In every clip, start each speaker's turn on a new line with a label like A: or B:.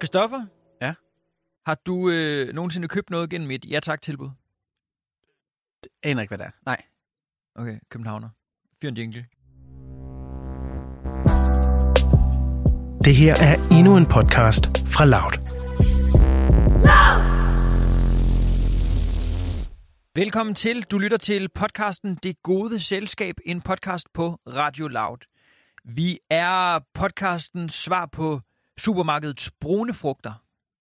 A: Christoffer?
B: Ja?
A: Har du øh, nogensinde købt noget gennem et ja tak tilbud?
B: Aner ikke, hvad det er. Nej.
A: Okay, Københavner. Fyr en jingle.
C: Det her er endnu en podcast fra Loud.
A: Velkommen til. Du lytter til podcasten Det Gode Selskab, en podcast på Radio Loud. Vi er podcastens svar på supermarkedets brune frugter.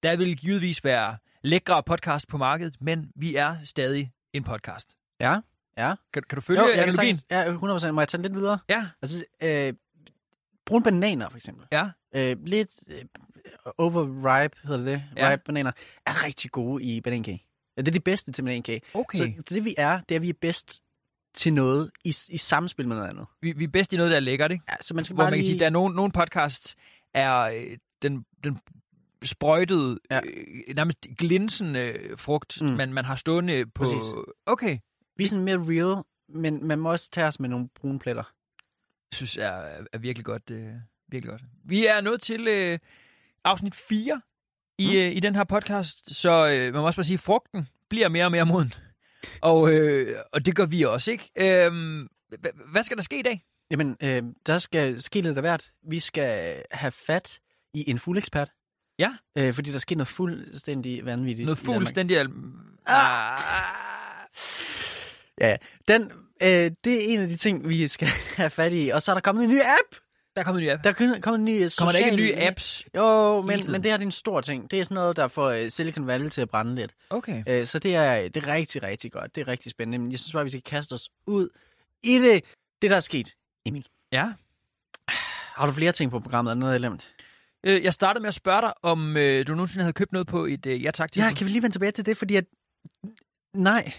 A: Der vil givetvis være lækre podcast på markedet, men vi er stadig en podcast.
B: Ja? Ja?
A: Kan, kan du følge jo,
B: jeg kan
A: analogien?
B: sagtens, ja, 100%. Må jeg tage den lidt videre?
A: Ja,
B: Altså, øh, brune bananer, for eksempel.
A: ja.
B: Øh, lidt øh, overripe, hedder det.
A: Ja.
B: Ja. Ripe bananer er rigtig gode i banankage. Ja, Det er de bedste til banankage.
A: Okay.
B: Så det, vi er, det er, at vi er bedst til noget i, i samspil med noget andet.
A: Vi, vi er bedst i noget, der er lækkert, ikke?
B: Ja, så man skal
A: Hvor
B: bare
A: man kan
B: lige...
A: sige, at der er nogen, nogen podcasts, er øh, den, den sprøjtede, ja.
B: Ja.
A: øh, nærmest glinsende øh, frugt, mm.
B: Mm.
A: man, man har stående på...
B: Præcis.
A: Okay.
B: Vi er sådan mere real, men man må også tage os med nogle brune pletter.
A: synes er, er virkelig godt. Øh, virkelig godt. Vi er nået til øh, afsnit 4 i, mm. øh, i den her podcast, så øh, man må også bare sige, at frugten bliver mere og mere moden. Og, øh, og det gør vi også, ikke? Øhm, hva- hvad skal der ske i dag?
B: Jamen, øh, der skal ske lidt af hvert. Vi skal have fat i en fuglekspert.
A: Ja.
B: Øh, fordi der sker noget fuldstændig vanvittigt.
A: Noget
B: i Danmark.
A: fuldstændig... al- Ah.
B: Ja, ja. Den, øh, det er en af de ting, vi skal have fat i. Og så er der kommet en ny app!
A: Der kommer en ny app.
B: Der er kun- kommet en ny øh, social...
A: Kommer der ikke nye apps?
B: Jo, men,
A: Hele tiden.
B: men det her det er en stor ting. Det er sådan noget, der får øh, Silicon Valley til at brænde lidt.
A: Okay.
B: Øh, så det er, det er rigtig, rigtig godt. Det er rigtig spændende. Men jeg synes bare, vi skal kaste os ud i det, det der er sket.
A: Ja.
B: Har du flere ting på programmet? Er der noget, jeg glemt?
A: Øh, jeg startede med at spørge dig, om øh, du nogensinde havde købt noget på et øh, ja tak til.
B: Ja, kan vi lige vende tilbage til det, fordi at... Nej,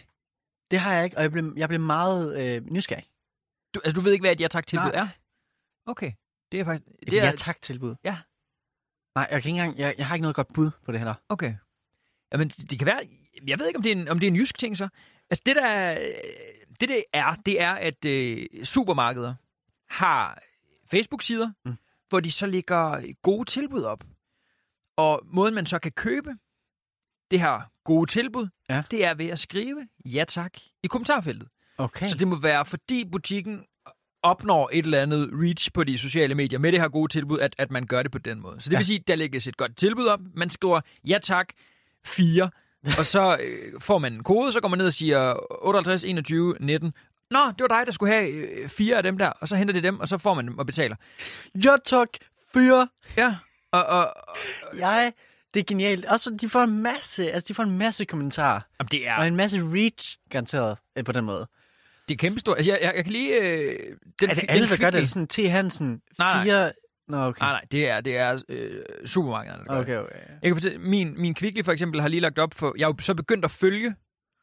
B: det har jeg ikke, og jeg blev, jeg blev meget øh, nysgerrig.
A: du, altså, du ved ikke, hvad et ja tak tilbud
B: Nej.
A: er? Okay. Det er faktisk...
B: Det er... Ja, tak tilbud.
A: Ja.
B: Nej, jeg, kan ikke engang, jeg, jeg har ikke noget godt bud på det heller.
A: Okay. Jamen, det det kan være... Jeg ved ikke, om det er en, om det er en jysk ting, så. Altså, det der, øh, det, det er, det er, at øh, supermarkeder har Facebook-sider, mm.
B: Mm.
A: hvor de så lægger gode tilbud op. Og måden, man så kan købe det her gode tilbud,
B: Ja.
A: det er ved at skrive ja tak i kommentarfeltet.
B: Okay.
A: Så det må være, fordi butikken opnår et eller andet reach på de sociale medier med det her gode tilbud, at, at man gør det på den måde. Så det ja.
B: Ja.
A: vil sige, der lægges et godt tilbud op. Man skriver, ja tak, 4. og så øh, får man en kode, så går man ned og siger 58, 21, 19. Nå, det var dig, der skulle have øh, fire af dem der, og så henter de dem, og så får man dem og betaler.
B: Jeg tak, fyre.
A: Ja, og, og, og
B: Jeg, det er genialt. Også de får en masse, altså de får en masse kommentarer.
A: jamen, det
B: Ja. Og
A: er,
B: en masse reach, garanteret, øh, på den måde.
A: det er kæmpestort. Altså, jeg, jeg, jeg kan lige... Øh, den,
B: Er det
A: den
B: alle, der gør det?
A: kvickly-
B: Er det sådan T. Hansen,
A: Nej, nej.
B: fire... Nå, okay.
A: Nej, nej, det er, det er øh, supermarkederne, der gør det.
B: Okay, okay.
A: Jeg kan fortælle, min, min Kvickly for eksempel har lige lagt op for... Jeg er jo så begyndt at følge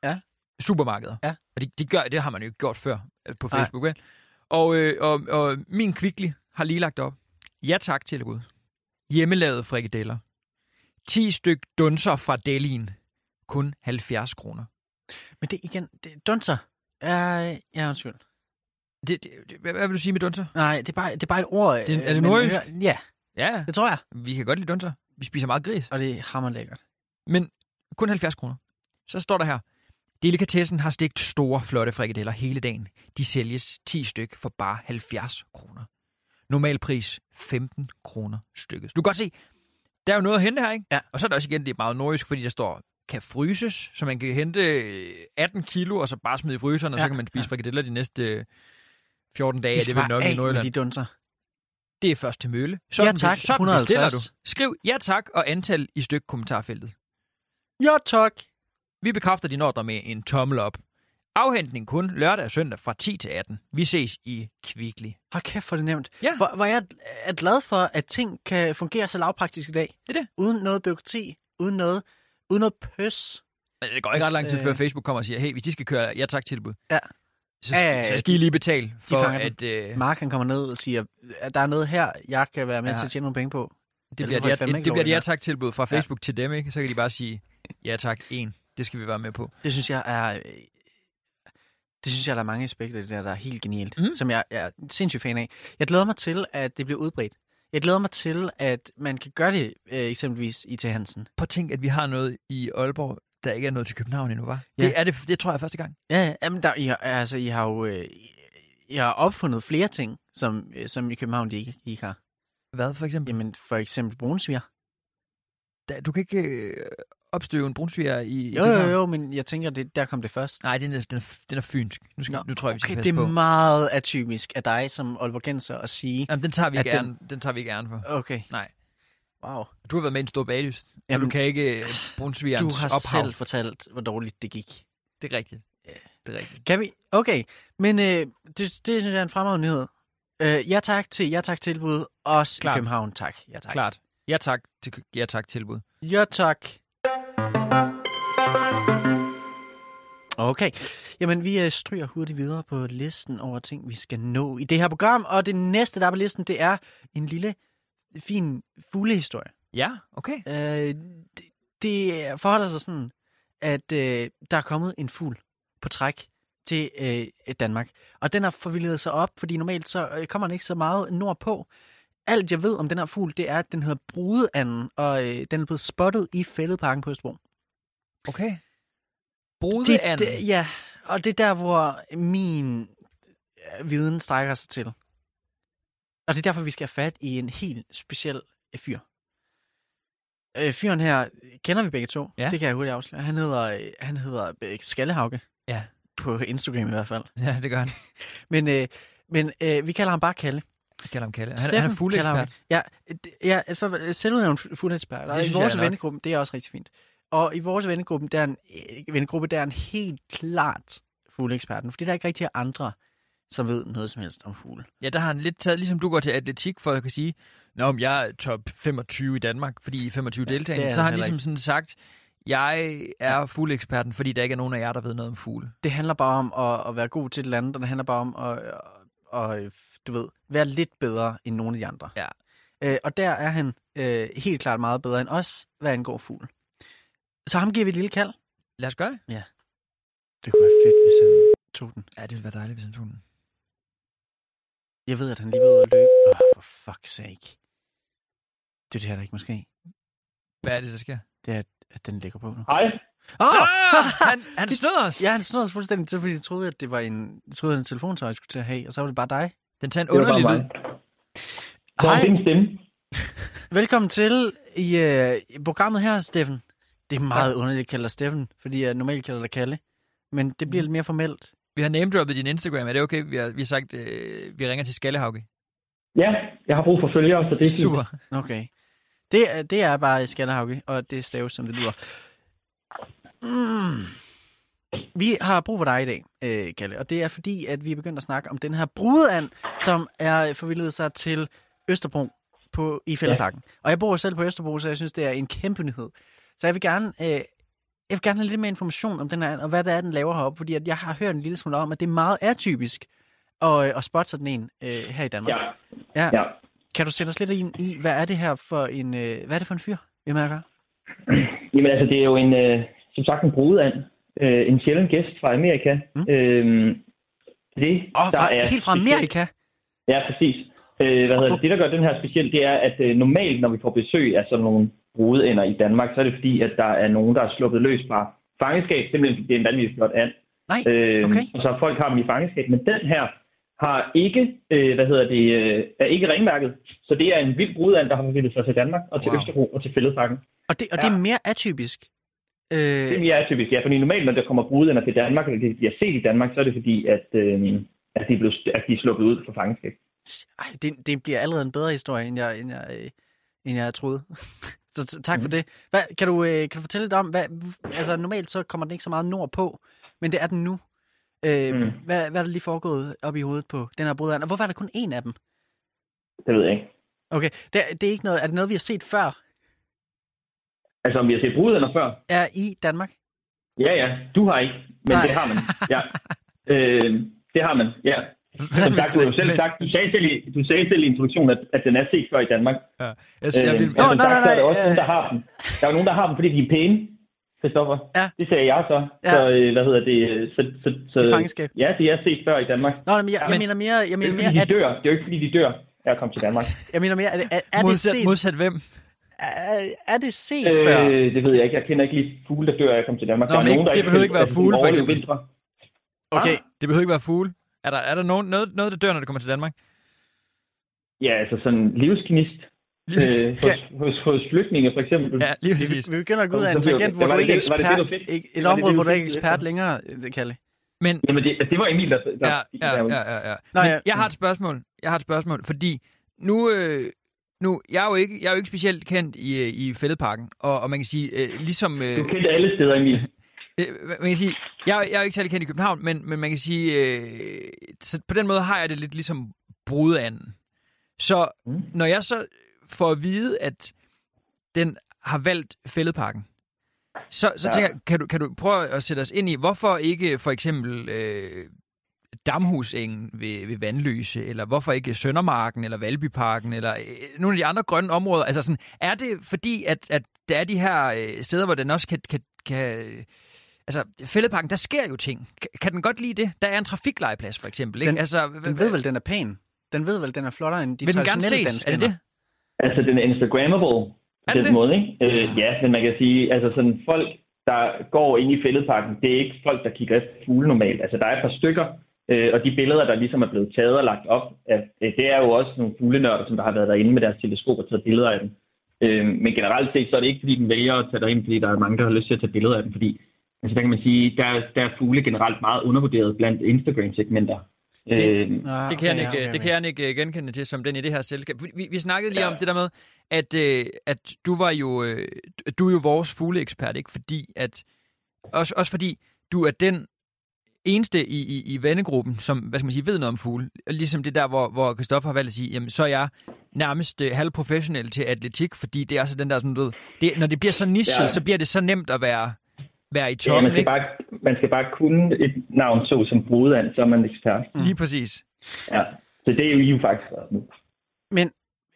B: Ja.
A: supermarkeder.
B: Ja.
A: Og det, det, gør, det har man jo ikke gjort før øh, på
B: Nej.
A: Facebook. Vel? Og, øh, og, og min Kvickly har lige lagt op. Ja tak til Gud. Hjemmelavede frikadeller. 10 styk dunser fra Delien. Kun 70 kroner.
B: Men det igen, det, dunser. Ja, ja, undskyld.
A: Det, det, det, hvad, hvad vil du sige med dunser?
B: Nej, det er bare, det er bare et ord.
A: Det- er
B: øh,
A: det
B: man
A: nordjysk?
B: hører. Ja,
A: Ja,
B: det tror jeg.
A: vi kan godt lide dunser. Vi spiser meget gris.
B: Og det hammer lækkert.
A: Men kun 70 kroner. Så står der her. Delikatessen har stegt store, flotte frikadeller hele dagen. De sælges 10 styk for bare 70 kroner. Normal pris 15 kroner stykket. Du kan godt se, der er jo noget at hente her, ikke?
B: Ja.
A: Og så er der også igen, det er meget nordisk, fordi der står, kan fryses, så man kan hente øh, 18 kilo, og så bare smide i fryseren, og ja,
B: Ja,
A: så kan man spise
B: ja.
A: ja. frikadeller de næste øh, 14 dage.
B: de skal
A: det er vel
B: bare
A: nok i
B: af med
A: Nordjylland.
B: de dunser.
A: Det er først til mølle.
B: Ja tak,
A: sådan bestiller
B: 150.
A: du. Skriv ja tak og antal i styk kommentarfeltet.
B: Ja, tak.
A: Vi bekræfter din ordre med en tommel op. Afhentning kun lørdag og søndag fra 10 til 18. Vi ses i Kvickly.
B: Hold kæft, for det nemt.
A: Ja.
B: Hvor, hvor jeg er glad for, at ting kan fungere så lavpraktisk i dag.
A: Det er det.
B: Uden noget byråkrati, uden noget, uden noget pøs.
A: Men det går ikke ret lang tid
B: Øh.
A: før Facebook kommer og siger, hey, hvis de skal køre ja tak tilbud,
B: Ja.
A: så,
B: Ja, ja,
A: skal,
B: ja.
A: så skal I lige betale for,
B: fanger
A: at øh,
B: Mark, han kommer ned og siger, at der er noget her, jeg kan være med
A: Ja.
B: til at tjene nogle penge på.
A: det
B: ellers så
A: bliver,
B: får
A: et
B: I
A: ja,
B: fandme
A: det
B: ikke
A: bliver
B: lov
A: et
B: længere.
A: ja tak tilbud fra Facebook til dem, ikke? Så kan de bare sige, ja tak, en. Det skal vi være med på.
B: Det synes jeg er... øh, Det synes jeg, der er mange aspekter i det der, der er helt genialt,
A: Mm.
B: mm. som jeg, jeg er sindssygt fan af. Jeg glæder mig til, at det bliver udbredt. Jeg glæder mig til, at man kan gøre det øh, eksempelvis i til Hansen.
A: Prøv at tænke, at vi har noget i Aalborg, der ikke er noget til København endnu, var.
B: Ja.
A: Det er det, det tror jeg er første gang.
B: Ja, jamen der, I, har, altså, I har jo øh, I har opfundet flere ting, som, øh, som i København de ikke, I ikke har.
A: Hvad for eksempel?
B: Jamen for eksempel brunsviger.
A: Da, du kan ikke øh, opstøve en brunsviger i, i
B: Jo, jo, jo, men jeg tænker, det, der kom det først.
A: Nej, den er, den er, den er fynsk. Nu, skal,
B: Nå,
A: nu tror jeg, vi skal
B: Okay, det
A: passe
B: er
A: på.
B: meget atypisk af dig som Aalborgenser at sige.
A: Jamen, den tager vi
B: at
A: ikke
B: den-
A: æren, den... tager vi ikke æren for.
B: Okay.
A: Nej.
B: Wow.
A: Du har været med i en stor baglyst, og du
B: Jamen,
A: kan ikke øh, brunsvigerens
B: Du har
A: ophav.
B: selv fortalt, hvor dårligt det gik.
A: Det er rigtigt. Det er rigtigt.
B: Kan vi? Okay, men øh, det, det synes jeg er en fremragende nyhed. Øh, ja tak til ja tak tilbud, også
A: Klart.
B: i København, tak. Ja tak.
A: Klart. Ja tak, til, ja, tak tilbud.
B: Ja tak. Okay, jamen vi øh, stryger hurtigt videre på listen over ting, vi skal nå i det her program. Og det næste, der er på listen, det er en lille, fin fuglehistorie.
A: Ja, okay.
B: Øh, det, det forholder sig sådan, at øh, der er kommet en fugl på træk til øh, Danmark. Og den har forvildet sig op, fordi normalt så øh, kommer den ikke så meget nordpå. Alt jeg ved om den her fugl, det er, at den hedder brudeanden, og øh, den er blevet spottet i fældeparken på Østbro.
A: Okay.
B: Det,
A: Brudeand.
B: det, ja, og det er der, hvor min øh, viden strækker sig til. Og det er derfor, vi skal have fat i en helt speciel øh, fyr. Øh, fyren her kender vi begge to.
A: Ja.
B: Det kan jeg hurtigt afsløre. Han hedder, øh, han hedder øh, Skallehauke.
A: Ja.
B: På Instagram i hvert fald.
A: Ja, det gør han.
B: Men, øh, men øh, vi kalder ham bare Kalle.
A: Jeg kalder ham Kalle. Han,
B: Steffen
A: han er
B: kalder ham
A: fuglekspert.
B: det. Ja, ja for, selvudnævnt fu- fuldekspert.
A: Det
B: Og i
A: synes jeg
B: vores
A: er nok.
B: vennegruppe, det er også rigtig fint. Og i vores vennegruppe, der er en, øh, vennegruppe, der er en helt klart fugleeksperten, fordi der er ikke rigtig andre, som ved noget som helst om fugle.
A: Ja, der har han lidt taget, ligesom du går til atletik, for at kan sige, Nå, om jeg er top 25 i Danmark, fordi I er 25 ja,
B: Ja, det
A: deltagende,
B: er
A: så har han
B: han
A: ligesom
B: heller
A: sådan sagt, jeg er fugleeksperten, fordi der ikke er nogen af jer, der ved noget om fugle.
B: Det handler bare om at, at være god til et eller andet, og det handler bare om at, at, at du ved, være lidt bedre end nogle af de andre.
A: Ja.
B: Øh, og der er han øh, helt klart meget bedre end os, hvad angår fugl. Så ham giver vi et lille kald.
A: Lad os gøre det.
B: Det kunne være fedt, hvis han tog den.
A: Ja, det ville være dejligt, hvis han tog den.
B: Jeg ved, at han lige var ude at løbe. Åh, oh, for fuck's sake. Det er det her, der ikke måske.
A: Hvad er det, der sker?
B: Det er, at den ligger på nu.
D: Hej.
B: Åh!
A: Ah, han, han
B: Det-
A: snød os!
B: Ja, han snød os fuldstændig, så fordi jeg troede, at det var en, jeg troede, at en telefon, jeg skulle til at have, og så var det bare dig.
A: Den tager en
D: Det var bare
A: underlig lyd.
D: mig. Så er det
B: Hej,
D: en stemme.
B: velkommen til i, øh, i programmet her, Steffen. Det er meget underligt, at jeg kalder dig Steffen, fordi jeg normalt kalder dig Kalle. Men det
A: Mm.
B: bliver lidt mere formelt.
A: Vi har namedroppet din Instagram. Er det okay? Vi har, vi har sagt, øh, vi ringer til Skallehauke.
D: Ja, jeg har brug for følgere, så det er fint.
A: Super.
B: Okay. Det, er- det er bare Skallehauke, og det staves, som det lyder. Mm. Vi har brug for dig i dag, øh, Kalle, og det er fordi, at vi er begyndt at snakke om den her brudand, som er forvildet sig til Østerbro på, i Fældeparken. Ja. Og jeg bor jo selv på Østerbro, så jeg synes, det er en kæmpe nyhed. Så jeg vil gerne, øh, jeg vil gerne have lidt mere information om den her and, og hvad det er, den laver heroppe, fordi at jeg har hørt en lille smule om, at det er meget atypisk at, at spotte sådan en øh, her i Danmark.
D: Ja.
B: Ja.
D: ja.
B: Kan du sætte os lidt ind i, hvad er det her for en, øh, hvad er det for en fyr, vi mærker?
D: Jamen altså, det er jo en, øh, som sagt en brudeand. Øh, en sjælden gæst fra Amerika.
B: Mm.
D: Øhm, det,
B: Åh, oh,
D: der
B: fra,
D: er
B: helt fra
D: specielt-
B: Amerika?
D: Ja, præcis. Øh, hvad hedder det? det, der gør den her speciel, det er, at øh, normalt, når vi får besøg af sådan nogle brudeender i Danmark, så er det fordi, at der er nogen, der er sluppet løs fra fangenskab, simpelthen fordi det er en vanvittig flot and.
B: Nej,
D: Øh,
B: Okay.
D: Og så folk har dem i fangenskab. Men den her har ikke, øh, hvad hedder det, øh, er ikke ringmærket. Så det er en vild brudand, der har bevildet sig til Danmark og til
A: Wow.
D: wow. Østerbro og til Fælledparken.
B: og, det, og det er
D: ja.
B: mere atypisk. Øh,
D: Det er mere typisk, ja, fordi normalt, når der kommer brudender til Danmark, eller det bliver set i Danmark, så er det fordi, at, øh, at, de, er blevet, at de er sluppet ud fra fangenskab.
B: ej, det, det bliver allerede en bedre historie, end jeg, end jeg, øh, end jeg troede. så t- tak
D: Mm.
B: for det. Hvad, kan, du, øh, kan du fortælle lidt om, hvad, altså normalt så kommer den ikke så meget nordpå, men det er den nu. Øh,
D: Mm.
B: mm. hvad, hvad er der lige foregået op i hovedet på den her brudand? Og hvorfor er der kun én af dem?
D: Det ved jeg ikke.
B: Okay, det, er- det er ikke noget, er det noget, vi har set før
D: Altså, om vi har set brudender før?
B: er i Danmark?
D: Ja, ja, du har ikke, men
B: Nej.
D: det har man. Ja. Øh, det har man, ja. Som sagt, du, har jo selv
A: Men-
D: sagt, du, sagde selv i, du sagde selv i introduktionen, at, at den er set før i Danmark.
A: Ja. Jeg,
D: Øh,
A: jeg,
D: jeg
A: vil,
D: nej,
B: Nå, nej,
D: nej,
B: nej,
D: nej, der er også
B: øh.
D: nogen, der har dem. Der er jo nogen, der har dem, fordi de er pæne, Christoffer.
B: Ja.
D: Det sagde jeg så.
B: Ja.
D: Ja. Så, øh, hvad hedder det? øh, Så, så, så,
B: I fangenskab.
D: Ja, de er set før i Danmark.
B: Nå, men jeg, jeg
A: Men-
B: mener mere, jeg
D: Det er
B: mener
D: ikke, fordi
B: mere
D: de dør. Det er jo ikke, fordi de dør. jeg kom til Danmark.
B: Jeg mener mere, er det, er, er det
A: modsat,
B: set,
A: modsat hvem?
D: Ah.
B: er, er det set øh, før?
D: Øh, det ved jeg ikke. Jeg kender ikke lige fugle, der dør, af at jeg kom til Danmark.
A: Nå, men ikke- det behøver ikke være fugle, for eksempel.
D: Vintre.
B: Okay,
A: Det behøver ikke være fugle. Er der, er der nogen, noget, noget, der dør, når det kommer til Danmark?
D: Ja, altså sådan livsgnist
A: Lige
D: øh,
A: præcis.
D: hos, hos, hos flygtninge, for eksempel.
A: ja, lige
B: vi,
A: præcis.
B: vi begynder at gå ud af en
D: Det var det,
B: tangent, hvor
D: det
B: du
D: var
B: ikke er
D: det, det var det, det
B: ekspert.
D: du fik.
B: Ikke,
D: Det
B: et
D: var det,
B: område,
D: det,
B: hvor
D: du
B: du ikke er
D: fik.
B: ekspert længere, øh, Kalle.
A: Men,
D: Jamen, det, det var Emil, der... der
A: ja, ja, ja, ja, ja.
B: Nå,
A: Men
B: ja.
A: jeg har et spørgsmål. Jeg har et spørgsmål, fordi nu... Øh, nu, jeg er, jo ikke, jeg er jo ikke specielt kendt i, øh, i fældeparken, og, og man kan sige, øh, ligesom... Øh,
D: Du kendte alle steder, Emil.
A: Øh, man kan sige, jeg, jeg er jo ikke særlig kendt i København, men, men man kan sige, øh, så på den måde har jeg det lidt ligesom brudanden. Så mm.
D: Mm.
A: når jeg så får at vide, at den har valgt fældeparken, så, så ja.
D: Ja.
A: tænker jeg, kan du, kan du prøve at sætte os ind i, hvorfor ikke for eksempel øh, Damhusengen ved, ved Vandløse, eller hvorfor ikke Søndermarken, eller Valbyparken, eller øh, nogle af de andre grønne områder? Altså sådan, er det fordi, at, at der er de her øh, steder, hvor den også kan, kan, kan øh, Altså, fældeparken, der sker jo ting. Kan, kan den godt lide det? Der er en trafiklejeplads, for eksempel. Ikke?
B: Den-
A: altså,
B: Den ved vel, den er pæn. Den ved vel, den er flottere end de
A: vil den gerne
B: traditionelle
A: ses?
B: danske
A: Er det
B: hænder.
A: det?
D: Altså, den er Instagrammable
A: Er
D: på
A: den
D: den
A: det?
D: måde, ikke? Øh, ja, men man kan sige, altså sådan folk, der går ind i fældeparken, det er ikke folk, der kigger efter fugle normalt. Altså, der er et par stykker, øh, og de billeder, der ligesom er blevet taget og lagt op, at, øh, det er jo også nogle fuglenørder, som der har været derinde med deres teleskop og taget billeder af dem. Øh, men generelt set, så er det ikke, fordi den vælger at tage derind, fordi der er mange, der har lyst til at tage billeder af dem, fordi altså, der kan man sige, der, er- der er fugle generelt meget undervurderet blandt Instagram-segmenter. Øh,
B: Ah,
A: Det kan,
B: okay,
A: jeg ikke,
B: okay,
A: det
B: okay.
A: kan jeg ikke øh, genkende til som den i det her selskab. Vi- Vi, vi snakkede lige
D: Ja.
A: om det der med, at, øh, at du var jo øh, du er jo vores fugleekspert, ikke? Fordi at, også, også fordi du er den eneste i, i, i vennegruppen, som hvad skal man sige, ved noget om fugle. Ligesom det der, hvor, hvor Christoffer har valgt at sige, jamen så er jeg nærmest øh, halvprofessionel til atletik, fordi det er altså den der, sådan, du ved, det, når det bliver så nichet, ja.
D: Ja.
A: så bliver det så nemt at være, være i
D: Ja, man
A: toppen,
D: skal,
A: ikke?
D: bare, man skal bare kunne et navn så som Brudand, så er man ekspert.
A: Lige præcis.
D: Ja. Så det er jo I jo faktisk også nu.
B: Men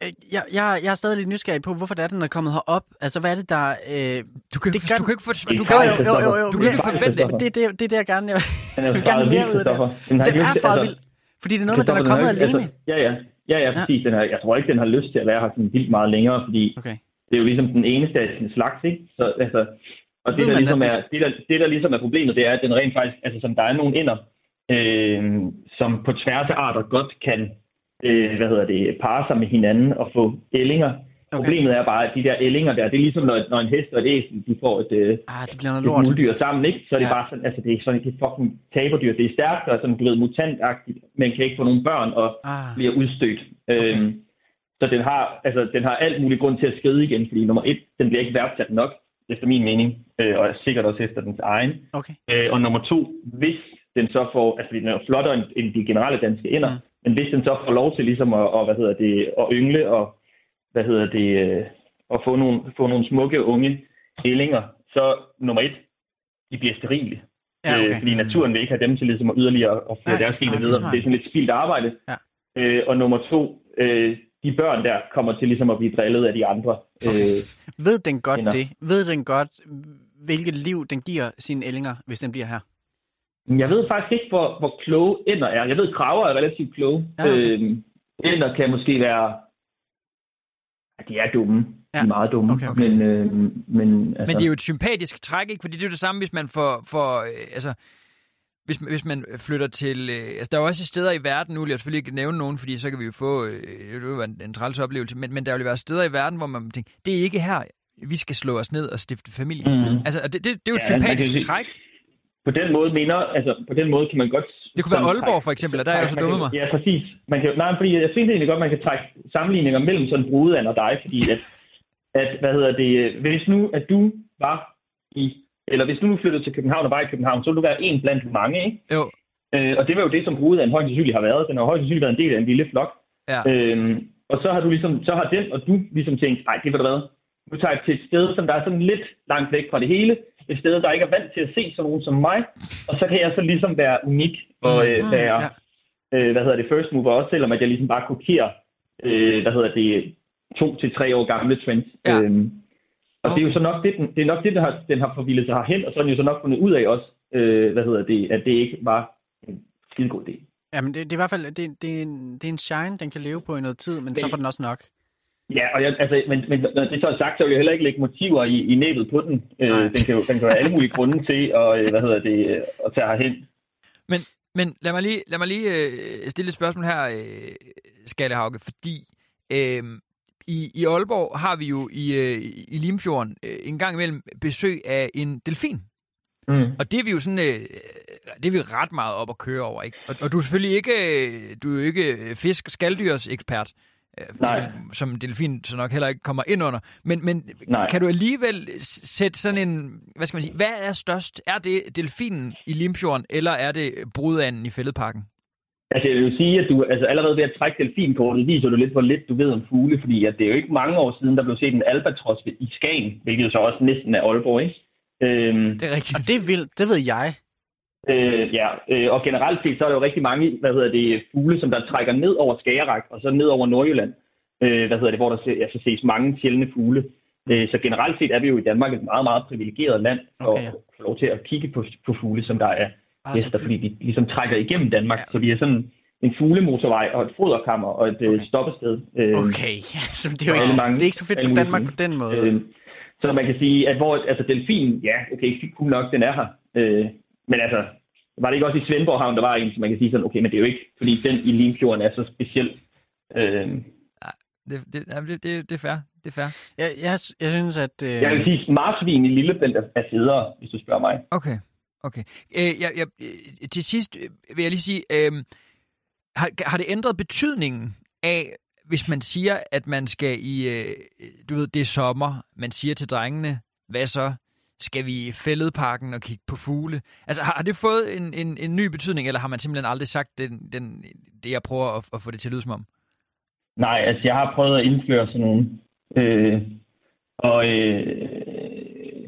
B: øh, jeg, jeg, jeg er stadig lidt nysgerrig på, hvorfor det er, den er kommet herop. Altså, hvad er det, der... Øh,
A: Du kan,
B: Det
A: det
B: gør
A: du
B: den.
A: kan ikke få...
D: Det er
A: Du
B: jo,
A: kan,
D: fejl.
B: jo, jo, jo, jo,
A: du kan ikke
B: men-
A: forvente det.
B: det, det, det er det, jeg gerne... Jeg,
D: Den er jo
B: Jeg vil gerne
D: sparet
B: mere
D: vild,
B: ud af det.
D: Christoffer. Den, har
B: den
D: ikke
B: er
D: lyst til- altså,
B: farvild. Fordi det er noget med, den er
D: Christoffer,
B: kommet
D: har ikke- altså,
B: alene.
D: ja, ja. Ja, ja, præcis. Den har, jeg tror ikke, den har lyst til at være her sådan vildt meget længere, fordi
B: Okay.
D: det er jo ligesom den eneste af sin slags, ikke? Så, altså, og det
B: Ved
D: der,
B: man,
D: ligesom
B: at
D: er, det, der, det, der ligesom er problemet, det er, at den rent faktisk, altså som der er nogle ender, øh, som på tværs af arter godt kan, øh, hvad hedder det, parre sig med hinanden og få ællinger.
B: Okay.
D: Okay. Problemet er bare, at de der ællinger der, det er ligesom, når, når en hest og et æsel, de får et, øh,
B: Ah, det bliver noget
D: et
B: lort.
D: muldyr sammen, ikke? Så er det
B: Ja.
D: bare sådan, altså det er sådan, det er fucking taberdyr. Det er stærkt og sådan, du ved, mutantagtigt, men kan ikke få nogen børn og
B: Ah.
D: bliver udstødt. Okay. Øhm, så den har, altså, den har alt mulig grund til at skride igen, fordi nummer et, den bliver ikke værdsat nok, efter min mening, øh, og sikkert også efter dens egen.
B: Okay.
D: Øh, og nummer to, hvis den så får, altså fordi den er jo flottere end, end de generelle danske ender,
B: Mm.
D: mm. men hvis den så får lov til ligesom at, og, hvad hedder det, at yngle og, hvad hedder det, øh, at få nogle, få nogle smukke unge ællinger, så nummer et, de bliver sterile.
B: Ja,
D: Øh,
B: okay.
D: Fordi naturen vil ikke have dem til ligesom at yderligere at føre
B: Nej,
D: deres
B: nej,
D: gener
B: det er
D: videre.
B: smart.
D: Det er sådan lidt spildt arbejde.
B: Ja.
D: Øh, og nummer to, øh, de børn der kommer til ligesom at blive drillet af de andre. Okay. Øh,
B: Ved den godt
D: Eller-
B: det? Ved den godt, hvilket liv den giver sine ællinger, hvis den bliver her?
D: men jeg ved faktisk ikke, hvor, hvor kloge ender er. Jeg ved, at kraver er relativt kloge.
B: Ja, okay.
D: Øh, ender kan måske være... Ja, De er dumme. Ja. De
B: Ja.
D: er meget dumme.
B: Okay, okay.
D: Men, øh, men, altså,
A: Men det er jo et sympatisk træk, ikke? Fordi det er jo det samme, hvis man får... får øh, altså, hvis, hvis man flytter til... Øh, altså, der er jo også steder i verden, nu vil jeg selvfølgelig ikke nævne nogen, fordi så kan vi jo få øh, det vil være en, en træls oplevelse, men, men der vil jo være steder i verden, hvor man tænker, det er ikke her, vi skal slå os ned og stifte familie.
D: Mhm.
A: Altså, og det, det, det er jo et
D: Ja, man kan
A: sympatisk
D: jo sige-
A: træk.
D: på den måde minder, altså på den måde kan man godt...
A: Det kunne være
D: sådan
A: Aalborg,
D: trække-
A: for eksempel, og der er jeg jo så
D: man
A: dummet
D: kan-
A: mig.
D: Ja, præcis. Man kan, nej, fordi jeg synes egentlig godt, man kan trække sammenligninger mellem sådan brudand og dig, fordi at, at, hvad hedder det, øh, hvis nu, at du var i, eller hvis nu du flyttede til København og var i København, så ville du være en blandt mange, ikke?
A: Jo,
D: Øh, og det var jo det, som brudand højst sandsynligt har været. Den har højst sandsynligt været en del af en lille flok.
A: ja.
D: Øhm, og så har du ligesom, så har den og du ligesom tænkt, nej, det var der hvad? Nu tager jeg til et sted, som der er sådan lidt langt væk fra det hele. Et sted, der ikke er vant til at se sådan nogen som mig. Og så kan jeg så ligesom være unik og øh,
B: Mm,
D: være,
B: ja.
D: øh, hvad hedder det, first mover også, selvom at jeg ligesom bare kopierer, øh, hvad hedder det, to til tre år gamle trends.
A: Ja.
D: Øhm, og okay. det er
B: Okay.
D: jo så nok det, den, det er nok det, den har, den har forvildet sig herhen, og så har den jo så nok fundet ud af også, øh, hvad hedder det, at det ikke var en skide god idé.
B: Jamen, det, det er i hvert fald det, det, er en, det er en shine, den kan leve på i noget tid, men så
D: Men-
B: får den også nok.
D: Ja, og jeg, altså, men, men når det så er sagt, så vil jeg heller ikke lægge motiver i, i næbet på den. Øh,
B: Nej.
D: den, kan jo, den kan jo have alle mulige grunde til og, øh, hvad hedder det, øh, at tage herhen.
A: Men lad mig lige, lad mig lige øh, stille et spørgsmål her, øh, Skallehauke, fordi øh, i, i Aalborg har vi jo i, øh, i Limfjorden øh, en gang imellem besøg af en delfin.
D: Mm.
A: Og det er vi jo sådan, øh, det er vi ret meget op at køre over, ikke? Og, og du er selvfølgelig ikke, øh, du er jo ikke fisk skalddyrs ekspert,
D: Nej.
A: som en delfin så nok heller ikke kommer ind under. Men, men
D: Nej.
A: kan du alligevel s- sætte sådan en, hvad skal man sige, hvad er størst? Er det delfinen i Limfjorden, eller er det brudanden i fældeparken?
D: Altså, jeg vil sige, at du altså, allerede ved at trække delfinkortet, viser du lidt, hvor lidt du ved om fugle, fordi at det er jo ikke mange år siden, der blev set en albatros ved- i Skagen, hvilket jo så også næsten er Aalborg, ikke? Øhm,
A: Det er rigtigt.
B: Og det er vildt, det ved jeg.
D: øh, ja, øh, og generelt set, så er der jo rigtig mange, hvad hedder det, fugle, som der trækker ned over Skagerrak, og så ned over Nordjylland, øh, hvad hedder det, hvor der se, altså, ses mange sjældne fugle. Øh, så generelt set er vi jo i Danmark et meget, meget privilegeret land, og
B: Okay, ja.
D: får lov til at kigge på, på fugle, som der er
B: Bare
D: gæster,
B: så-
D: fordi de ligesom trækker igennem Danmark.
B: Ja.
D: Ja. Så vi er sådan en fuglemotorvej og et foderkammer og et okay.
B: Okay.
D: stoppested. Øh,
B: Okay, ja, så det er jo
D: Alle
B: ikke,
D: mange-
B: det er ikke så fedt
D: alle
B: for
D: mulige
B: Danmark på
D: ting.
B: den måde.
D: øh, så man kan sige, at hvor altså, delfin, ja, okay, cool nok, den er her. Øh, men altså, var det ikke også i Svendborg Havn, der var en, så man kan sige sådan, okay, men det er jo ikke, fordi den i Limfjorden er så speciel. Øh,
A: Det, det, jamen, det, det, det er fair. Det er fair.
B: Jeg, jeg, jeg synes, at... Øh,
D: jeg vil sige, marsvin i Lillebælt er- er federe, hvis du spørger mig.
A: Okay, okay. Øh, jeg, jeg, øh, til sidst øh, vil jeg lige sige, øh, har, har det ændret betydningen af, hvis man siger, at man skal i, øh, du ved, det er sommer, man siger til drengene, hvad så? Skal vi i fældeparken og kigge på fugle? Altså har, har det fået en, en, en ny betydning, eller har man simpelthen aldrig sagt den, den, det, jeg prøver at, at få det til at lyde som om?
D: Nej, altså jeg har prøvet at indføre sådan nogle. Øh, og øh,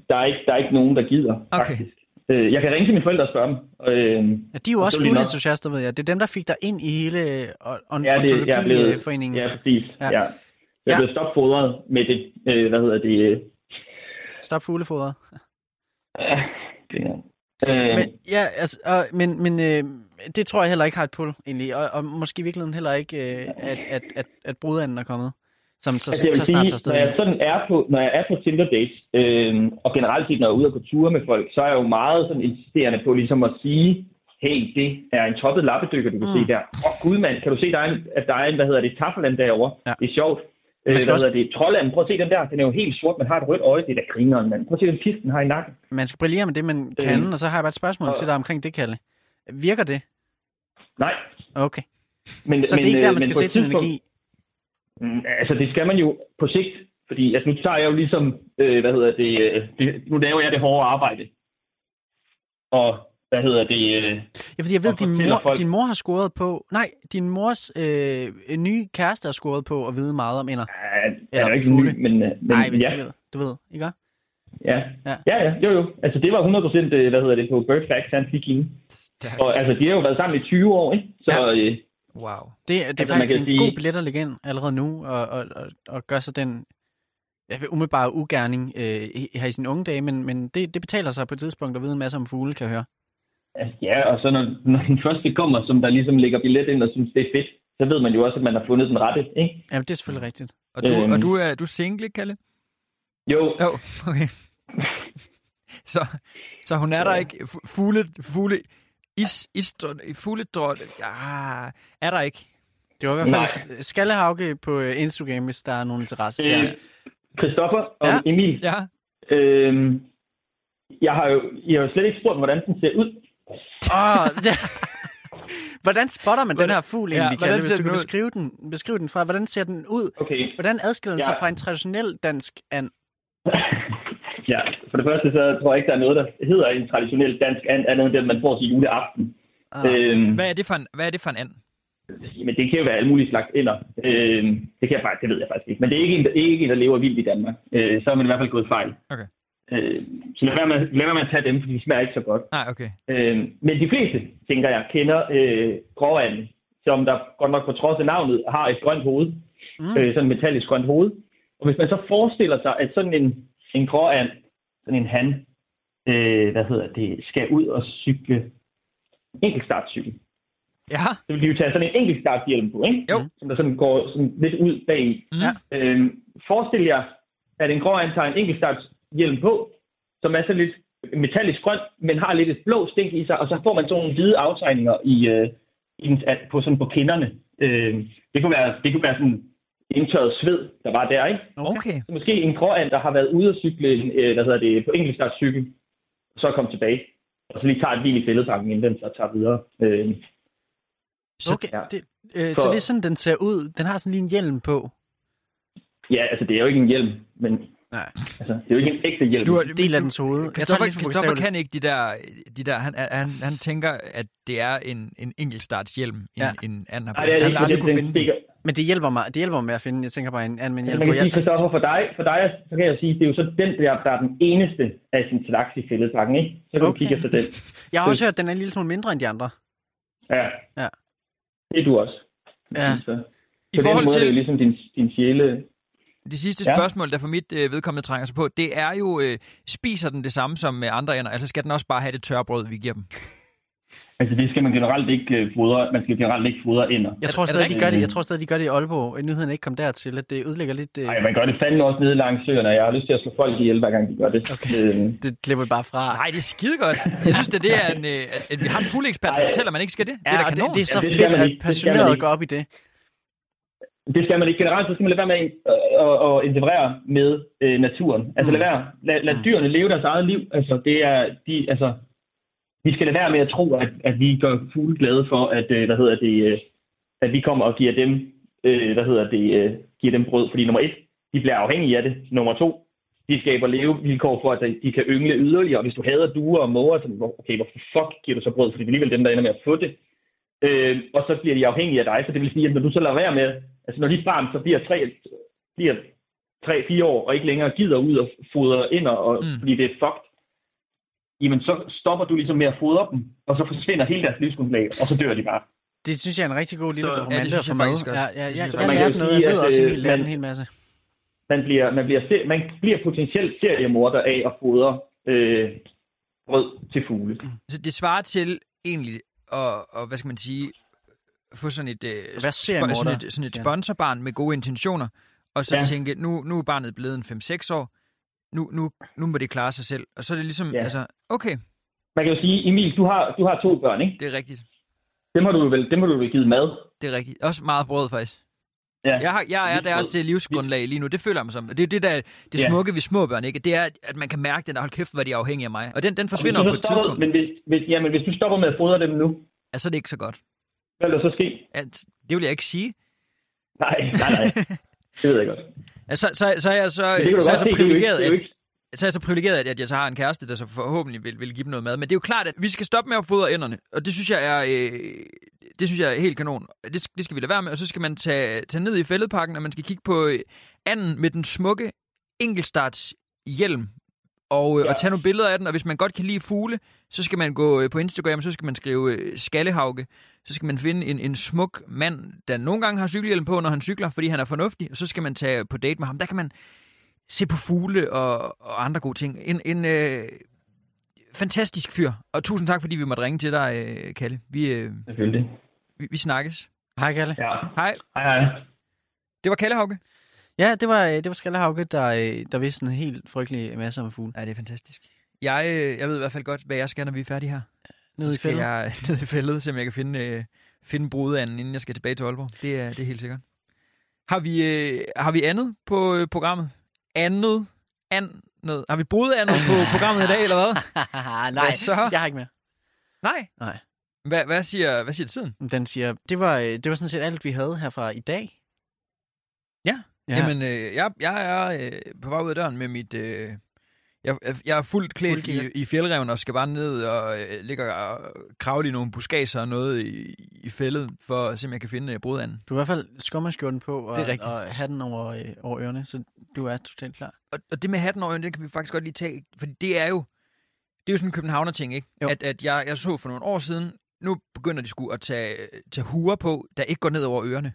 D: der, er ikke, der er ikke nogen, der gider,
A: Okay.
D: faktisk. Øh, jeg kan ringe til mine forældre og spørge dem. Øh,
B: Ja, de er jo også
D: Naturligt nok.
B: fugleentusiaster, ved jeg. Det er dem, der fik dig ind i hele øh, on-
D: ja, det, jeg er blevet,
B: ontologiforeningen.
D: ja, præcis.
B: Ja.
D: Ja. ja. Jeg
B: Ja.
D: er blevet stopfodret med det, øh, hvad hedder det, øh,
B: Stop fuglefodret.
D: det øh,
B: Men, ja, altså, og, men, men øh, det tror jeg heller ikke har et pull, egentlig. Og, og måske i virkeligheden heller ikke, øh, at, at, at, at brudanden er kommet, som så,
D: Altså, jeg
B: så
D: vil
B: snart tager
D: sige,
B: afsted.
D: når jeg
B: igen.
D: sådan er på, når jeg er på Tinder dates, øh, og generelt set, når jeg er ude og gå ture med folk, så er jeg jo meget sådan insisterende på ligesom at sige, hey, det er en toppet lappedykker, du kan
B: Mm.
D: mm. se der. Åh oh, gud mand, kan du se, der er en, at der er en, hvad hedder det, taffeland derovre.
B: Ja.
D: Ja. Det er sjovt. Øh,
B: Man
D: hvad
B: skal også-
D: hedder det, trollanden, prøv at se den der, den er jo helt sort, man har et rødt øje, det er da grineren, mand. Prøv at se den pisten har i nakken.
B: Man skal brillere med det, man kan,
D: Øh,
B: og så har jeg bare et spørgsmål
D: og-
B: til dig omkring det, Kalle. Virker det?
D: Nej,
B: Okay.
D: men,
B: Så
D: men,
B: det er ikke der, man
D: øh, men
B: skal
D: på et
B: sætte sin
D: tidspunkt-
B: energi.
D: Mm, Altså, det skal man jo på sigt, fordi altså, nu tager jeg jo ligesom, øh, hvad hedder det, øh, det, nu laver jeg det hårde arbejde. Og, hvad hedder det, øh,
B: Ja, fordi jeg ved,
D: Og
B: din
D: fortæller
B: mor,
D: folk-
B: din mor har scoret på... Nej, din mors øh, nye kæreste har scoret på at vide meget om ender.
D: ah, den
B: Eller
D: er jo ikke
B: fugle.
D: ny, men, øh, men
B: Nej, men
D: ja,
B: du ved, du ved, ikke? også?
D: ja,
B: Ja.
D: ja, ja, jo jo, altså det var 100%, øh, hvad hedder det, på Bird Facts, han fik hende. Og altså, de har jo været sammen i 20 år, ikke? Så
B: Ja.
D: øh,
A: Wow.
B: Det, det er
D: Altså, man
B: faktisk
D: kan
B: en sige...
D: sige-
B: god billet at lægge ind allerede nu, og, og, og, og gøre sig den jeg vil umiddelbare ugerning øh, i- her i sine unge dage, men, men det, det betaler sig på et tidspunkt at vide en masse om fugle, kan jeg høre.
D: altså, ja, og så når, når den første kommer, som der ligesom lægger billet ind og synes, det er fedt, så ved man jo også, at man har fundet den rette, ikke?
B: Jamen, det er selvfølgelig rigtigt.
A: Og du,
D: Øhm.
A: og du er, du er single, Kalle?
D: Jo,
A: Jo, oh, okay. Så, så hun er der ikke. Fu- Fugle, fugle, is, is, fugledrot, ja, er der ikke.
B: Det var i hvert fald Skallehauke på øh, Instagram, hvis der er nogen interesse.
D: øh,
B: Der.
D: Christoffer og
B: Ja.
D: Emil,
A: Ja,
D: Øhm, jeg har jo, jeg har jo slet ikke spurgt, hvordan den ser ud.
B: Åh, det... Hvordan spotter man den her fugl
A: Ja,
B: egentlig, ja,
A: hvordan
B: Kalle, hvis
A: ser
B: du
A: den
B: kan
A: ud?
B: beskrive den, beskrive den fra? Hvordan ser den ud?
D: Okay.
B: Hvordan adskiller den ja. sig
D: Ja.
B: fra en traditionel dansk and?
D: ja, for det første så tror jeg ikke, der er noget, der hedder en traditionel dansk and, andet end den, man får til juleaften.
B: Ah.
D: Ah. Øhm,
A: hvad er det for en, hvad er det for en and?
D: men det kan jo være alle mulige slags ender. Øhm, det, kan jeg, faktisk- det ved jeg faktisk ikke. Men det er ikke en, der, ikke en, der lever vildt i Danmark. Øh, så har man i hvert fald gået fejl.
A: Okay.
D: Øh, så lad være, med, lad være med at tage dem, for de smager ikke så godt.
A: Nej, okay.
D: Øh, men de fleste, tænker jeg, kender øh, gråanden, som der godt nok på trods af navnet har et grønt hoved. Mm. Øh, sådan et metallisk grønt hoved. Og hvis man så forestiller sig, at sådan en, en gråand, sådan en han, øh, hvad hedder det, skal ud og cykle enkeltstartcykel,
A: Ja.
D: Så vil de jo tage sådan en enkelt skarphjelm på, ikke?
A: Jo.
D: Som der sådan går sådan lidt ud bagi.
A: Mm.
B: Ja.
D: Øhm, forestil jer, at en gråand tager en enkelt hjelm på, som er sådan lidt metallisk grøn, men har lidt et blå stink i sig, og så får man sådan nogle hvide aftegninger i, øh, i den- at- på, sådan på kinderne. Øh, det, kunne være, det kunne være sådan indtørret sved, der var der, ikke?
A: Okay. okay.
D: Så måske en gråand, der har været ude at cykle øh, hvad hedder det, på enkeltstartscykel, og så kom tilbage, og så lige tager et hvil i fældetanken, inden den så tager videre. Øh,
A: Så-
B: okay.
D: ja.
B: Det, øh, så,
D: Så-
B: så det er sådan, den ser ud. Den har sådan lige en hjelm på.
D: ja, altså det er jo ikke en hjelm, men
B: Nej.
D: altså, det er jo ikke en ægte hjelm.
A: Du har-
B: En del af dens hoved. Jeg tager det
A: Christoffer,
B: lidt for
A: Christoffer
B: bogstaveligt.
A: kan ikke de der, de der han, han, han tænker, at det er en, en enkeltstartshjelm,
B: Ja.
A: ja. en, en anden har på.
D: Nej, det er det
A: Han
D: ikke,
A: har aldrig
D: fordi
A: kunne
D: den
A: finde den.
D: stikker,
B: Men det hjælper mig, det hjælper mig med at finde. Jeg tænker bare en anden med en
D: Altså,
B: hjelm på.
D: man kan sige,
B: Jeg,
D: Christoffer, for dig, for dig, så kan jeg sige, det er jo så den der, der er den eneste af sin slags i fældetanken, ikke? Så kan okay. du
B: Okay.
D: kigge efter den.
B: jeg har også hørt, at den er en lille smule mindre end de andre.
D: Ja.
B: Ja.
D: Det er du også.
B: Ja.
D: Så,
A: I
D: på den
A: forhold
D: måde er det
A: til
D: jo ligesom din, din sjæle...
A: det sidste
D: Ja.
A: spørgsmål, der for mit øh, vedkommende trænger sig på, det er jo, øh, spiser den det samme som øh, andre ender? Altså skal den også bare have det tørre brød, vi giver dem?
D: Altså, det skal man generelt ikke øh, fodre. Man skal generelt ikke fodre ender.
B: Jeg
A: Er-
B: tror
A: er det
B: stadig, de
A: rigtigt?
B: gør det. Jeg tror stadig, de gør det i Aalborg. Øh, Nyheden er ikke kom dertil, at det ødelægger lidt. øh,
D: Nej, man gør det fandme også nede langs søerne. Jeg har lyst til at slå folk ihjel, hver gang de gør det. Okay. Øhm,
B: Det klipper vi bare fra.
A: Nej, det er skide godt. Jeg synes, det, det er en, øh, at- at vi har en fuld ekspert, der
D: Ej.
A: fortæller, at man ikke skal det. Det er
B: Ja,
A: da
B: og det,
A: kanon.
B: det er så
D: Ja, det skal
B: fedt,
D: man
B: at
D: ikke. Det skal man
B: passionerede
D: ikke.
B: går op i det.
D: det skal man ikke. Generelt så skal man lade være med at, øh, at interagere med øh, naturen. Altså
B: Mm.
D: lad, være, lad, lad
B: Mm.
D: dyrene leve deres eget liv. Altså det er, de, altså, vi skal lade være med at tro, at, at vi gør fugle glade for, at, øh, hvad hedder det, øh, at vi kommer og giver dem, øh, hvad hedder det, øh, giver dem brød. Fordi nummer et, de bliver afhængige af det. Nummer to, de skaber levevilkår for, at de kan yngle yderligere. Og hvis du hader duer og måger, så hvor- okay, hvorfor fuck giver du så brød? Fordi det er alligevel dem, der ender med at få det. Øh, og så bliver de afhængige af dig, så det vil sige, at når du så lader være med, altså når dit barn så bliver tre, bliver tre, fire år, og ikke længere gider ud og fodre ind, og,
A: Mm.
D: mm. fordi det er fucked, jamen så stopper du ligesom med at fodre dem, og så forsvinder hele deres livsgrundlag, og så dør de bare.
B: Det synes jeg er en rigtig god lille
D: Så- ja, det
B: romante
A: synes jeg
B: for mig.
A: faktisk også.
B: Ja, ja,
A: Det
B: jeg,
A: synes
B: jeg,
A: jeg
B: jeg
A: faktisk.
B: lærte noget, jeg
D: Man kan
B: ved
D: jo
B: også,
D: sige,
B: at Emil
D: at,
B: lærte en
D: øh,
B: hel masse.
D: Man bliver, man bliver, se- man bliver potentielt seriemorder af at fodre øh, brød til fugle.
A: Så det svarer til egentlig, og, og hvad skal man sige, få sådan et, øh,
B: være seriemorder,
A: sådan et, sådan et
B: siger han.
A: sponsorbarn med gode intentioner, og så ja.
D: Ja.
A: tænke, nu, nu er barnet blevet en 5-6 år, nu, nu, nu må det klare sig selv. Og så er det ligesom, ja.
D: Ja.
A: altså, okay,
D: Man kan jo sige, Emil, du har, du har to børn, ikke?
A: det er rigtigt,
D: Dem har du jo vel, dem har du vel givet mad.
A: det er rigtigt. Også meget brød, faktisk.
D: Ja.
A: Jeg, har, jeg er
D: Lige
A: deres
D: brød.
A: øh, livsgrundlag lige nu, det føler jeg mig som. Og Det er jo det, der er det
D: Ja.
A: smukke ved små børn, ikke? Det er, at man kan mærke den, der hold kæft, hvor de er afhængige af mig. Og den, den
D: Og hvis
A: forsvinder
D: du
A: jo
D: så
A: på et
D: stopper,
A: tidspunkt.
D: men hvis, hvis, jamen, hvis du stopper med at fodre dem nu,
A: Ja, så er det ikke så godt.
D: hvad vil der så ske?
A: Alt- Det vil jeg ikke sige.
D: Nej, nej, nej. Det ved jeg godt.
A: Altså, så, så, så er jeg så, så,
D: Men det kan
A: er jeg
D: du godt
A: så
D: se, det er jo ikke,
A: privilegeret,
D: det er jo
A: at,
D: ikke,
A: så er jeg så privilegeret, at- at jeg så har en kæreste, der så forhåbentlig vil, vil give dem noget mad. Men det er jo klart, at vi skal stoppe med at fodre ænderne, og det synes jeg er, øh, det synes jeg er helt kanon. Det, sk- det skal vi lade være med, og så skal man tage, tage ned i fældeparken, og man skal kigge på øh, anden med den smukke enkeltstarts hjelm, og, øh,
D: Ja.
A: og tage nogle billeder af den, og hvis man godt kan lide fugle, så skal man gå øh, på Instagram, så skal man skrive øh, skallehauke, så skal man finde en, en smuk mand, der nogle gange har cykelhjelm på, når han cykler, fordi han er fornuftig, og så skal man tage på date med ham. Der kan man se på fugle og, og andre gode ting. En, en øh, fantastisk fyr, og tusind tak, fordi vi måtte ringe til dig, øh, Kalle. Vi, øh,
D: Selvfølgelig.
A: vi, vi snakkes.
B: Hej, Kalle.
D: Ja.
A: Hej,
D: Hej, hej.
A: det var Kalle Hauke.
B: Ja, det var, øh, det var Skallehauke, der, øh, der vidste en helt frygtelig masse om fugle.
A: Ja, det er fantastisk. Jeg, øh, jeg ved i hvert fald godt, hvad jeg skal, når vi er færdige her.
B: Ned i
A: så skal
B: fældet.
A: jeg ned i fældet, se om jeg kan finde, øh, finde brudanden, inden jeg skal tilbage til Aalborg. Det er, det er helt sikkert. Har vi, øh, har vi andet på øh, programmet? Andet? Andet? Har vi brudandet på programmet i dag, eller hvad?
B: Nej,
A: så?
B: jeg har ikke mere.
A: Nej.
B: Nej.
A: Hvad, hvad, siger, hvad siger tiden?
B: Den siger, det var, øh, det var sådan set alt, vi havde herfra i dag.
A: Ja,
B: ja.
A: Jamen, øh, jeg, jeg er øh, på vej ud af døren med mit... Øh, jeg, jeg er fuldt klædt
B: Fuldt
A: i,
B: gear.
A: i fjeldreven og skal bare ned og øh, ligge og kravle i nogle buskager og noget i, i fældet, for at se, om jeg kan finde øh, brudanden.
B: Du har i hvert fald skummerskjorten på og,
A: Det er rigtigt.
B: og hatten over, øh, over ørerne, så du er totalt klar.
A: Og, og det med hatten over øjnene, den kan vi faktisk godt lige tage, for det er jo, det er jo sådan en københavner-ting, ikke?
B: Jo.
A: At, at jeg, jeg så for nogle år siden, nu begynder de sgu at tage, tage huer på, der ikke går ned over ørerne.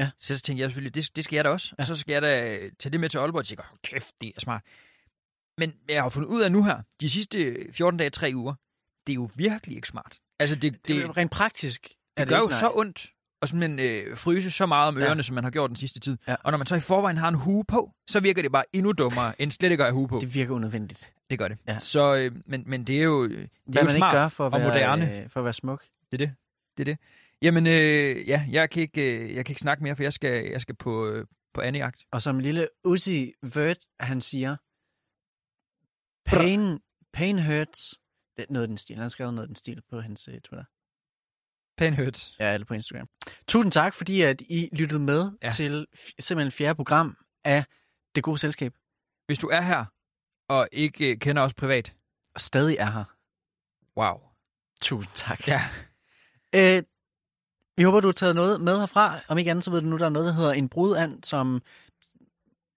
B: Ja.
A: Så, så tænkte jeg selvfølgelig, det, det skal jeg da også. Ja. Og så skal jeg da øh, tage det med til Aalborg og tænke, oh, kæft, det er smart. Men jeg har jo fundet ud af nu her, de sidste 14 dage, 3 uger, det er jo virkelig ikke smart. Altså, det,
B: Det, det, rent praktisk Er
A: det gør jo
B: ikke?
A: så ondt og simpelthen øh, fryse så meget om
B: Ja.
A: ørerne, som man har gjort den sidste tid.
B: Ja.
A: Og når man så i forvejen har en hue på, så virker det bare endnu dummere, end slet ikke at have hue på. Det,
B: Det virker unødvendigt.
A: det gør det.
B: Ja.
A: Så, øh, men, men det er jo, øh, det
B: Hvad
A: er jo
B: man
A: smart.
B: ikke gør for at,
A: og
B: være,
A: moderne.
B: øh, for at være smuk.
A: Det er det. Det er det. Jamen, øh, ja, jeg kan, ikke, øh, jeg kan ikke snakke mere, for jeg skal, jeg skal på, øh, på andejagt.
B: Og som lille Uzi Vert, han siger, pain, pain hurts. Det er noget af den stil. Han har skrevet noget af den stil på hans uh, Twitter.
A: Panhørt.
B: Ja, eller på Instagram. Tusind tak, fordi at I lyttede med
A: Ja.
B: ja. til f- simpelthen fjerde program af Det Gode Selskab.
A: Hvis du er her, og ikke øh, kender os privat,
B: Og stadig er her.
A: wow.
B: Tusind tak.
A: Ja.
B: Øh, vi håber, du har taget noget med herfra. Om ikke andet, så ved du nu, der er noget, der hedder en brudand, som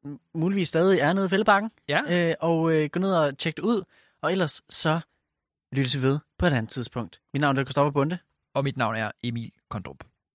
B: m- muligvis stadig er nede i fældebakken.
A: Ja.
B: Øh, og øh, gå ned og tjek det ud. Og ellers så lyttes vi ved på et andet tidspunkt. Mit navn er Kristoffer Bunde.
A: Og mit navn er Emil Kondrup.